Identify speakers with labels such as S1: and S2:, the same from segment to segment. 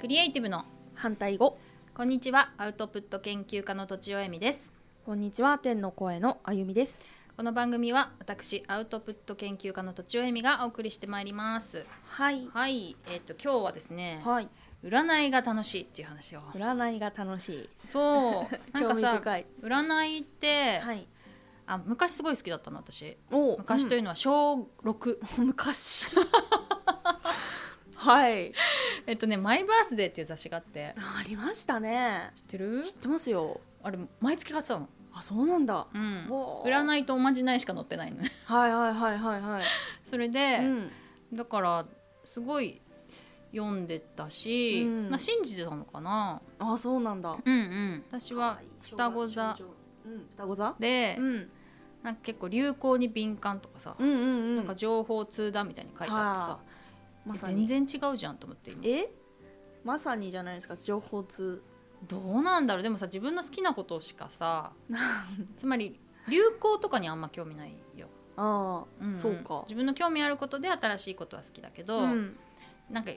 S1: クリエイティブの
S2: 反対語
S1: こんにちはアウトプット研究家のとちおえみです
S2: こんにちは天の声のあゆみです
S1: この番組は私アウトプット研究家のとちおえみがお送りしてまいります
S2: はい
S1: はいえっ、と今日はですね
S2: はい
S1: 占いが楽しいっていう話を
S2: 占いが楽しい
S1: そう なんか
S2: 興味
S1: さ
S2: 深い
S1: 占いって、
S2: はい
S1: あ昔すごい好きだったの私
S2: お
S1: 昔というのは小6、
S2: うん昔 はい
S1: えっとね「マイバースデー」っていう雑誌があって
S2: ありましたね
S1: 知ってる
S2: 知ってますよ
S1: あれ毎月買ってたの
S2: あそうなんだ
S1: うん
S2: おー
S1: 占いとおまじないしか載ってないのね
S2: はいはいはいはいはい
S1: それで、
S2: うん
S1: だからすごい読んでたし、
S2: うん
S1: まあ、信じてたのかな
S2: あそうなんだ
S1: うんうん私は双子座
S2: うん双子座
S1: で、
S2: うん
S1: なんか結構流行に敏感とかさ、
S2: うんうんう
S1: なんか情報通だみたいに書いてあってさ
S2: は、まさ
S1: 全
S2: に
S1: 然違うじゃんと思って今
S2: えまさにじゃないですか情報通
S1: どうなんだろうでもさ自分の好きなことしか さつまり流行とかにあんま興味ないよ、
S2: ああ、
S1: んん
S2: そうか
S1: 自分の興味あることで新しいことは好きだけど、
S2: うん
S1: なんか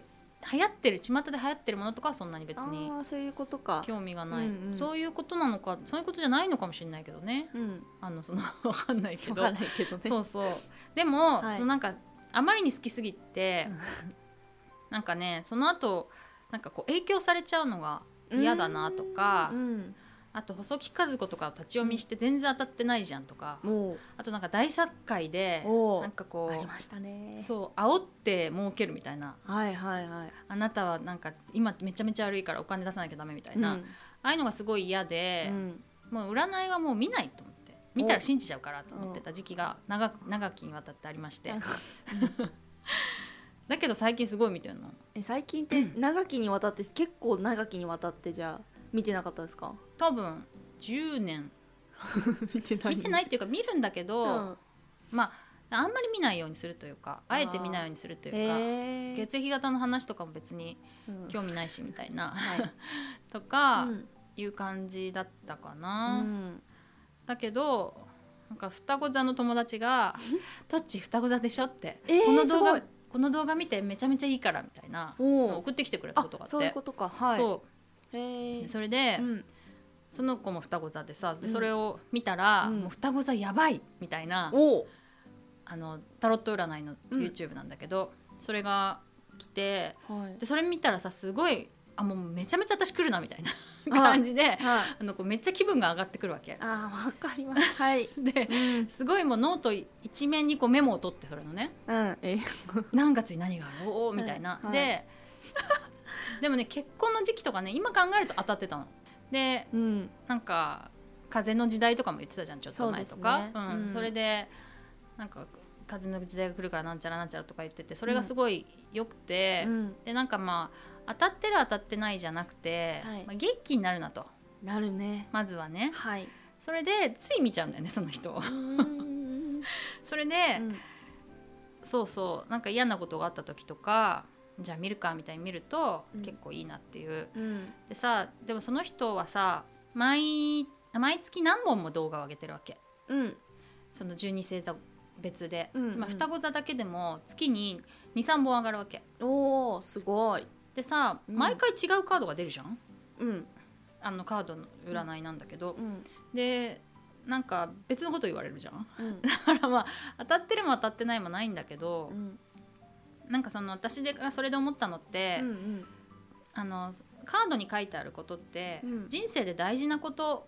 S1: 流行ってる巷で流行ってるものとかはそんなに別に
S2: ああそういうことか
S1: 興味がない、
S2: うんうん
S1: そういうことなのかそういうことじゃないのかもしれないけどね
S2: うん
S1: あのそ のわかんないけ
S2: わ
S1: ど
S2: からないけどね
S1: そう そうでも、
S2: はい
S1: そのなんかあまりに好きすぎて
S2: う
S1: なんかねその後なんかこう影響されちゃうのが嫌だなとか
S2: うん
S1: あと細木和子とかを立ち読みして全然当たってないじゃんとか、
S2: もう
S1: あとなんか大作界で
S2: おう
S1: なんかこ
S2: あり
S1: う
S2: ましたね
S1: そう煽って儲けるみたいな
S2: はいはいはい
S1: あなたはなんか今めちゃめちゃ悪いからお金出さなきゃダメみたいな、
S2: うん
S1: ああいうのがすごい嫌で、もう占いはもう見ないと思って見たら信じちゃうからと思ってた時期が長く長きにわたってありまして
S2: なんか
S1: だけど最近すごい見てるの
S2: え最近って長きにわたって結構長きにわたってじゃあ見てなかったですか
S1: 多分10年
S2: 見て な
S1: 見てないっていうか見るんだけど、
S2: うん
S1: まああんまり見ないようにするというかあえて見ないようにするというか、
S2: へえ
S1: 血液型の話とかも別に
S2: うん
S1: 興味ないしみたい な
S2: はい
S1: とか
S2: うん
S1: いう感じだったか
S2: う
S1: な。
S2: ん
S1: だけどなんか双子座の友達 が「トッチ双子座でしょ」って、
S2: えー
S1: この動
S2: すご
S1: 画
S2: い
S1: この動画見てめちゃめちゃいいから」みたいな
S2: おう
S1: 送ってきてくれた
S2: あ
S1: ことがあって
S2: そういうことかはい
S1: そ
S2: へ
S1: う
S2: え
S1: それで、
S2: うん
S1: その子も双子座でさで
S2: うん
S1: それを見たら、
S2: うん
S1: もう双子座やばいみたいな
S2: おう
S1: あのタロット占いの
S2: うん
S1: YouTube なんだけど、それが来て
S2: はい
S1: でそれ見たらさすごいあもうめちゃめちゃ私来るなみたいな感じで
S2: はい
S1: あのこうめっちゃ気分が上がってくるわけ。
S2: あーわかりますはい
S1: で
S2: うん
S1: すごいもうノート一面にこうメモを取ってそれのね
S2: うんえ
S1: 何月に何があるおーみたいな、
S2: はい
S1: ででもね結婚の時期とかね今考えると当たってたので
S2: うん
S1: なんか風の時代とかも言ってたじゃんちょっと前と
S2: そう
S1: か
S2: です
S1: う、
S2: ね
S1: ん
S2: うん
S1: それでなんか風の時代が来るからなんちゃらなんちゃらとか言っててそれがすごい良くて、
S2: うん
S1: でなんかまあ当たってる当たってないじゃなくて、
S2: はい
S1: まあ、元気になるなと
S2: なるね
S1: まずはね
S2: はい
S1: それでつい見ちゃうんだよねその人 を
S2: うん
S1: それで、そうそうなんか嫌なことがあった時とかじゃあ見るかみたいに見ると
S2: うん
S1: 結構いいなっていう、
S2: うん
S1: でさでもその人はさ毎毎月何本も動画を上げてるわけ
S2: うん
S1: その12星座別で、
S2: うんうん
S1: つまり双子座だけでも月に23本上がるわけ
S2: おおすごい
S1: でさ
S2: うん
S1: 毎回違うカードが出るじゃん、
S2: うん
S1: あのカードの占いなんだけど、
S2: うん
S1: でなんか別のこと言われるじゃん
S2: うん
S1: だからまあ当たってるも当たってないもないんだけど
S2: う、ん
S1: なんかその私がそれで思ったのって、
S2: うん
S1: あのカードに書いてあることって、
S2: うん
S1: 人生で大事なこと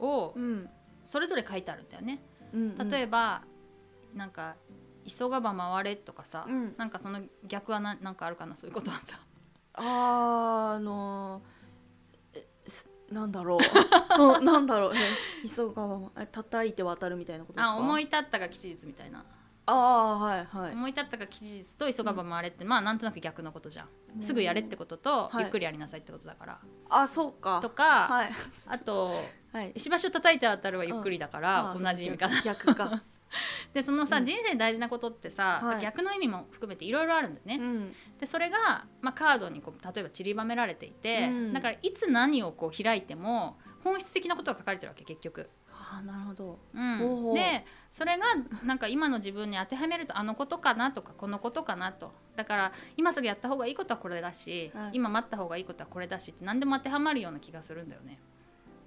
S1: を
S2: うん
S1: それぞれ書いてあるんだよね。
S2: うん
S1: 例えば、
S2: ば
S1: なんか「急がば回れ」とかさ、
S2: うん
S1: なんかその逆はななんかあるかなそういうことはさ
S2: あーあのーえすなんだろううんなんだろうね急がばまえ叩いて渡るみたいなことですか
S1: あ思い立ったが吉日みたいな、
S2: あーはいはい
S1: 思い立ったが吉日と急がば回れって、まあなんとなく逆のことじゃん、
S2: うん
S1: すぐやれってことと、
S2: はい
S1: ゆっくりやりなさいってことだから
S2: あそうか
S1: とか、
S2: はい
S1: あと
S2: はい
S1: 石橋を叩いて当たるはゆっくりだから、
S2: あー
S1: 同じ意味かな
S2: 逆か
S1: でそのさ、
S2: うん
S1: 人生で大事なことってさ、
S2: はい
S1: 逆の意味も含めていろいろあるんだよね、
S2: うん
S1: でそれが、まあ、カードにこう例えば散りばめられていて、
S2: うん
S1: だからいつ何をこう開いても本質的なことが書かれてるわけ結局、
S2: あなるほど
S1: うん
S2: おー
S1: でそれがなんか今の自分に当てはめるとあのことかなとかこのことかなとだから今すぐやった方がいいことはこれだし、
S2: はい
S1: 今待った方がいいことはこれだしって何でも当てはまるような気がするんだよね。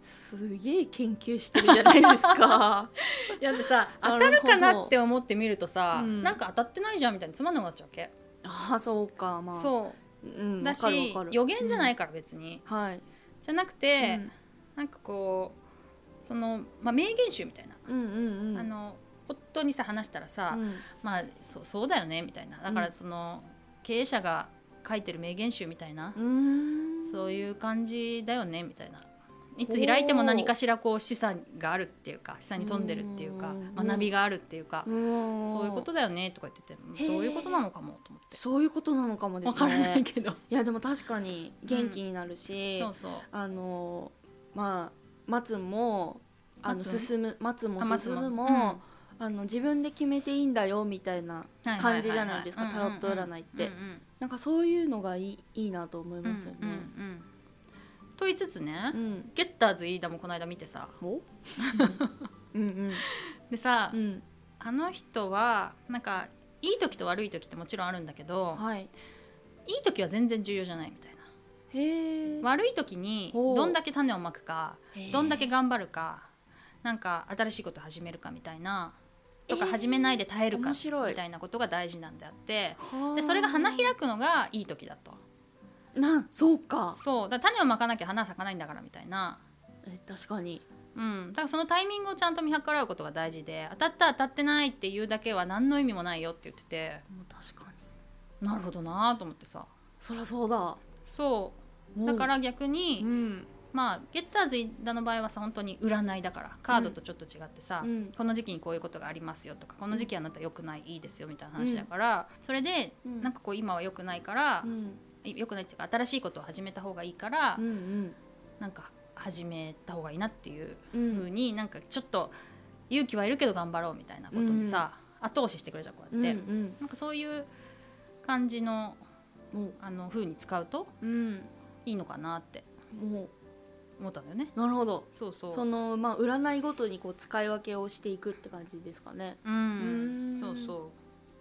S2: すげえ研究してるじゃないですか
S1: いやでさ
S2: なる
S1: 当
S2: ほど
S1: たるかなって思ってみるとさ、
S2: うん
S1: なんか当たってないじゃんみたいにつまんなくなっちゃうわけ、
S2: ああそうかまあ、
S1: そう
S2: ん、、
S1: だし予言じゃないいから別に、
S2: うんはい、
S1: じゃなくて、なんかこうその、まあ、名言集みたいな、
S2: うん、うんうんうん
S1: あの夫にさ話したらさ、
S2: うん
S1: まあそそうだよねみたいなだか
S2: う
S1: ら
S2: ん
S1: その、経営者が書いてる名言集みたいな、
S2: うーん
S1: そういう感じだよねみたいないつ開いても何かしらこう示唆があるっていうか示唆に富んでるっていうか
S2: うん
S1: 学びがあるっていうか、
S2: そ
S1: そういうことだよねとか言ってて
S2: へー
S1: そういうことなのかもと思って
S2: そういうことなのかもで
S1: わ
S2: す
S1: からない
S2: ね
S1: けど、
S2: いやでも確かに元気になるし、
S1: そうそう
S2: あのまあ松もあの
S1: 松
S2: 進む松も
S1: あ松
S2: 進
S1: も
S2: むも、
S1: うん
S2: あの自分で決めていいんだよみたいな感じじゃないですか
S1: はははは
S2: タロット占いって
S1: うんうんうん
S2: なんかそういうのがいいいいなと思いますよね。
S1: うんうんうんと言いつつね、
S2: うん、
S1: ゲッターズ飯田もこの間見てさ
S2: おうんうん
S1: でさ、
S2: うん
S1: あの人はなんかいい時と悪い時ってもちろんあるんだけど、
S2: はい
S1: いい時は全然重要じゃないみたいな
S2: へえ
S1: 悪い時に
S2: ほう
S1: どんだけ種をまくかどんだけ頑張るかなんか新しいこと始めるかみたいなとか
S2: えー
S1: 始めないで耐えるか
S2: 面白い
S1: みたいなことが大事なんであって
S2: はあ
S1: でそれが花開くのがいい時だと
S2: なんそうか
S1: そうだから種をまかなきゃ花は咲かないんだからみたいな
S2: え確かに
S1: うん、だからそのタイミングをちゃんと見計らうことが大事で当たった当たってないっていうだけは何の意味もないよって言ってて
S2: もう確かに
S1: なるほどなと思ってさ
S2: そりゃそうだ
S1: そう
S2: もう
S1: だから逆
S2: う
S1: に、
S2: ん
S1: まあゲッターズイダの場合はさ本当に占いだからカードとちょっと違ってさ、
S2: うん
S1: この時期にこういうことがありますよとかこの時期あなた良くないいいですよみたいな話だから、それで
S2: うん
S1: なんかこう今は良くないから
S2: う、ん
S1: 良くないっていうか新しいことを始めた方がいいから、
S2: うんうん
S1: なんか始めた方がいいなっていう
S2: う
S1: ふうんになんかちょっと勇気はいるけど頑張ろうみたいなことにさ、後押ししてくれるじゃんこうやって、
S2: うん
S1: なんかそういう感じの
S2: うんも
S1: あの風に使うと
S2: ううん
S1: いいのかなって
S2: も
S1: 思ったんだよね
S2: うなるほど
S1: そうそう
S2: そのまあ占いごとにこう使い分けをしていくって感じですかね。
S1: う
S2: うんん。
S1: そうそ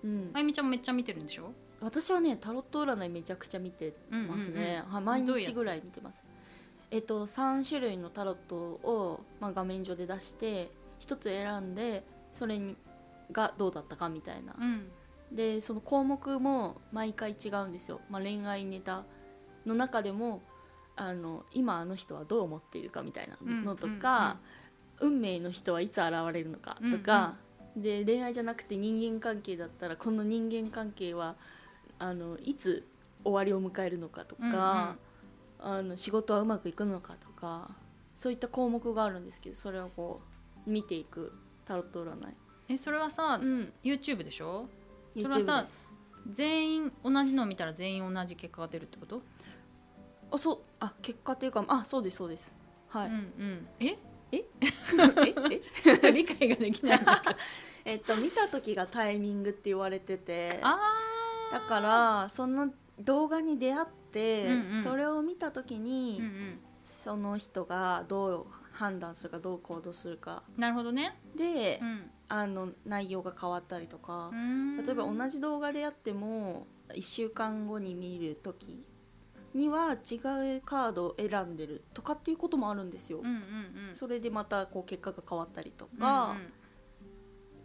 S1: う
S2: ん
S1: うあ、ゆみちゃんもめっちゃ見てるんでしょ
S2: 私はねタロット占いめちゃくちゃ見てますね。はい毎
S1: どういうや
S2: 日
S1: つ
S2: ぐらい見てます。えっと三種類のタロットをまあ画面上で出して一つ選んでそれにがどうだったかみたいな。
S1: うん
S2: でその項目も毎回違うんですよ。まあ恋愛ネタの中でもあの今あの人はどう思っているかみたいなのとか。運命の人はいつ現れるのかとか、で恋愛じゃなくて人間関係だったらこの人間関係はあのいつ終わりを迎えるのかとか、あの仕事はうまくいくのかとかそういった項目があるんですけどそれをこう見ていくタロット占い、
S1: えそれはさ、
S2: ん、
S1: YouTube でしょ
S2: YouTube
S1: それはさ
S2: です
S1: 全員同じのを見たら全員同じ結果が出るってこと、
S2: あそうあ結果というかあそうですそうですはい、
S1: うんうん え
S2: え
S1: ちょっと理解ができないんだけど
S2: えっと見た時がタイミングって言われてて
S1: あ
S2: だからその動画に出会って、
S1: うんうん
S2: それを見た時
S1: ー
S2: に、
S1: うんうん
S2: その人がどう判断するかどう行動するか
S1: なるほどね、
S2: で、
S1: うん
S2: あの内容が変わったりとか、例
S1: 例
S2: えば同じ動画であっても1週間後に見る時には違うカードを選んでるとかっていうこともあるんですよ。
S1: うんうんうん
S2: それでまたこう結果が変わったりと
S1: う
S2: か、
S1: ん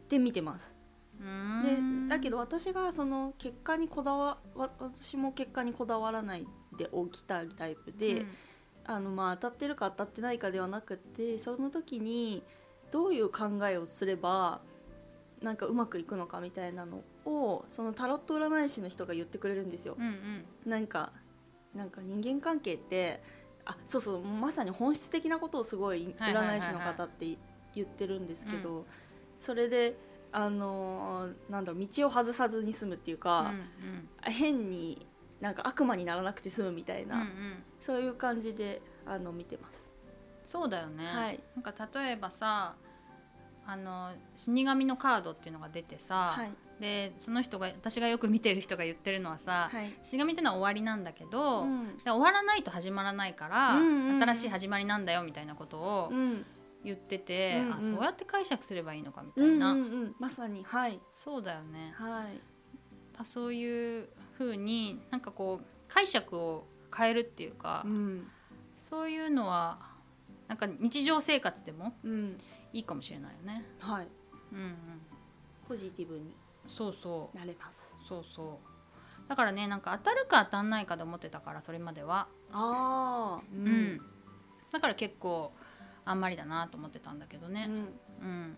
S2: で見てます。
S1: うんう
S2: で
S1: ん
S2: だけど私がその結果にこだわわ私も結果にこだわらないで起きたいタイプで、
S1: うん
S2: あのまあ当たってるか当たってないかではなくてその時にどういう考えをすればなんかうまくいくのかみたいなのをそのタロット占い師の人が言ってくれるんですよ。
S1: うんうん
S2: なんかなんか人間関係ってあそうそうまさに本質的なことをすごい
S1: はいはいはいはい
S2: 占い師の方って言ってるんですけど、それであのーなんだろう道を外さずに済むっていうか
S1: うん、うん
S2: 変になんか悪魔にならなくて済むみたいな、
S1: うんうん
S2: そういう感じであの見てます。
S1: そうだよね、
S2: はい
S1: なんか例えばさあの死神のカードっていうのが出てさ、
S2: はい、
S1: でその人が私がよく見てる人が言ってるのはさ、
S2: はい
S1: 死神ってのは終わりなんだけど、
S2: うん
S1: で終わらないと始まらないから、
S2: うんうんうん
S1: 新しい始まりなんだよみたいなことを
S2: うん
S1: 言ってて、
S2: うんうん
S1: あそうやって解釈すればいいのかみた
S2: う
S1: い
S2: ん
S1: な、
S2: うんうんまさにはい
S1: そうだよね
S2: はい
S1: あそういう風になんかこう解釈を変えるっていうか、
S2: うん
S1: そういうのはなんか日常生活でも
S2: うん
S1: いいかもしれないよね。
S2: はい
S1: うんうん、
S2: ポジティブに
S1: そうそう
S2: なれます
S1: そうそうだからねなんか当たるか当たんないかで思ってたからそれまでは、
S2: ああう
S1: うん
S2: ん
S1: だから結構あんまりだなと思ってたんだけど
S2: う
S1: ね、
S2: ん
S1: うん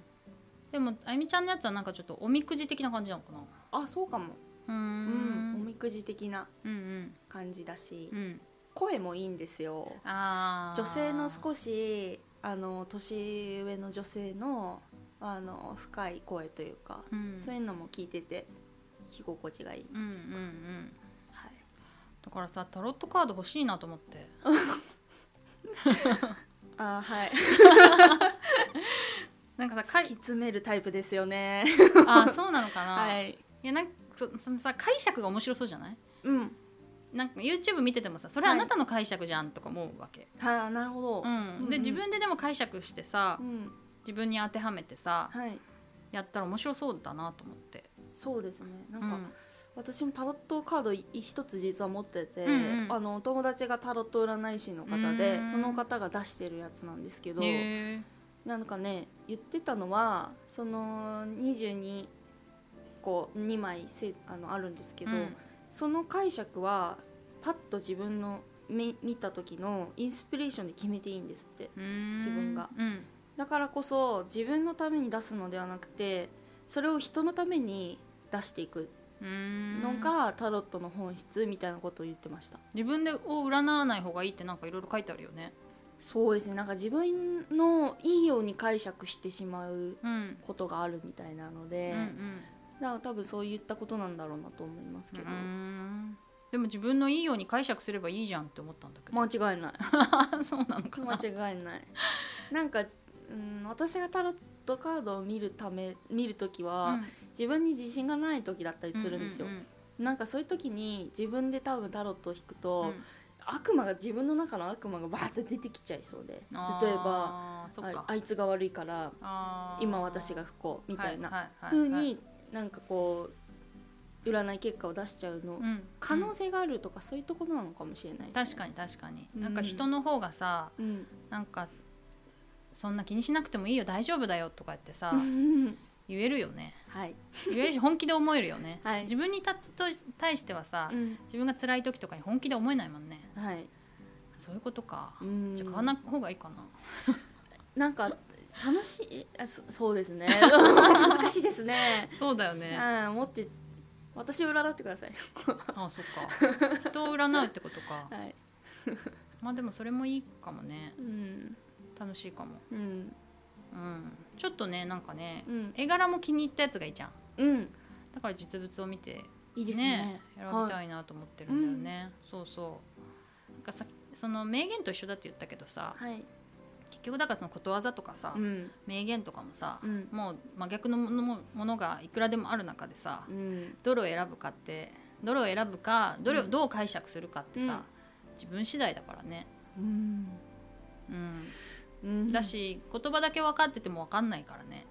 S1: でもあゆみちゃんのやつはなんかちょっとおみくじ的な感じなのかな
S2: あそうかも
S1: うー
S2: うんんおみくじ的な
S1: うんうん
S2: 感じだし
S1: うん
S2: 声もいいんですよ
S1: あ
S2: 女性の
S1: し
S2: 少しあの年上の女性のあの深い声というか、
S1: うん
S2: そういうのも聞いてて聞き心地がいい、
S1: うんうんうん
S2: はい、
S1: だからさタロットカード欲しいなと思って
S2: あー はい
S1: なんかさか
S2: 突
S1: い
S2: き詰めるタイプですよね
S1: あそうなのかな、
S2: はい
S1: いやなんかそそのさ解釈が面白そうじゃない
S2: うん
S1: なんか YouTube 見ててもさそれあなたの解釈じゃんとか思うわけ、
S2: はあなるほど、
S1: うん、で
S2: うん
S1: 自分ででも解釈してさ
S2: うん
S1: 自分に当てはめてさ
S2: はい
S1: やったら面白そうだなと思って
S2: そうですねなん
S1: う
S2: か、
S1: ん
S2: 私もタロットカードい一つ実は持ってて、
S1: うんうん
S2: あのお友達がタロット占い師の方で
S1: うん
S2: その方が出してるやつなんですけど、
S1: へー
S2: なんかね言ってたのはその22個2枚せあのあるんですけど、
S1: うん
S2: その解釈はパッと自分の見見た時のインスピレーションで決めていいんですって
S1: うーん
S2: 自分が
S1: うん
S2: だからこそ自分のために出すのではなくてそれを人のために出していく
S1: うーん
S2: のがタロットの本質みたいなことを言ってました
S1: 自分でを占わない方がいいってなんかいろいろ書いてあるよね
S2: そうですねなんか自分のいいように解釈してしまう
S1: うん、
S2: ことがあるみたいなので、
S1: うんうん
S2: だから多分そういったことなんだろうなと思いますけど、
S1: うーんでも自分のいいように解釈すればいいじゃんって思ったんだけど、
S2: 間違 いない
S1: そうなのかな
S2: 間違いない なんか、うん、私がタロットカードを見るため見る時は、自分に自信がない時だったりするんですよ、
S1: うう
S2: なんかそういう時に自分で多分タロットを引くと、
S1: うん
S2: 悪魔が自分の中の悪魔がバーッと出てきちゃいそうで
S1: あー
S2: 例えば
S1: そっ
S2: あ
S1: か
S2: あいつが悪いから
S1: あー
S2: 今私が不幸みたいな
S1: はは
S2: 風
S1: は
S2: になんかこう占い結果を出しちゃうの、
S1: うん
S2: 可能性があるとかそういうところなのかもしれないです
S1: 確
S2: ね
S1: かに確かに、
S2: うん
S1: なんか人の方がさ
S2: うん
S1: なんかそんな気にしなくてもいいよ大丈夫だよとか言ってさ、言えるよね
S2: はい、
S1: 言えるし本気で思えるよね、
S2: はい
S1: 自分にたと対してはさ、自分が辛い時とかに本気で思えないもんね
S2: はい、
S1: そういうことか、
S2: うん
S1: じゃあ買わない方がいいかな
S2: なんか楽しいあそそうです ね難しいですね
S1: そうだよね
S2: うん持って私を占ってください
S1: ああそっか人を占うってことか
S2: はい
S1: まあでもそれもいいかもね
S2: うん
S1: 楽しいかも
S2: うん
S1: うんちょっとねなんかね
S2: うん
S1: 絵柄も気に入ったやつがいいじゃん
S2: うん
S1: だから実物を見て
S2: いいですね
S1: ね選びたいなと思ってるんだよね、そうそうなんかさその名言と一緒だって言ったけどさ
S2: はい
S1: 結局だからそのことわざとかさ、
S2: うん
S1: 名言とかもさ、
S2: うん
S1: もう真逆のものもものがいくらでもある中でさ、
S2: うん
S1: どれを選ぶかってどれを選ぶかどれを
S2: うん
S1: どう解釈するかってさ、自分次第だからね、
S2: うん
S1: うん、
S2: うん
S1: だし言葉だけ分かってても分かんないからね、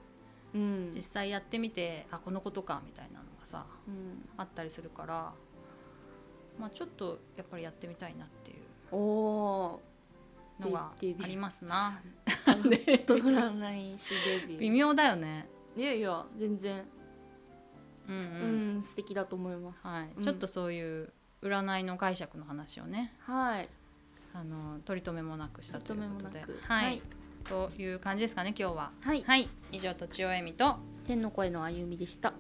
S2: うん
S1: 実際やってみてあこのことかみたいなのがさ
S2: うん
S1: あったりするから、まあ、ちょっとやっぱりやってみたいなっていう
S2: おお
S1: のがありますな。
S2: ードラマイしデビ
S1: 微
S2: ュ
S1: 妙だよね。
S2: ーいやいや全然
S1: うん、う
S2: うんん素敵だと思います
S1: はい、
S2: うん
S1: ちょっとそういう占いの解釈の話をね、
S2: はい
S1: あの取り留めもなくしたということで、
S2: 取り留めもなく
S1: はい、
S2: はい
S1: という感じですかね今日は。
S2: はい
S1: はい、以上とちおえみと
S2: 天の声のあゆみでした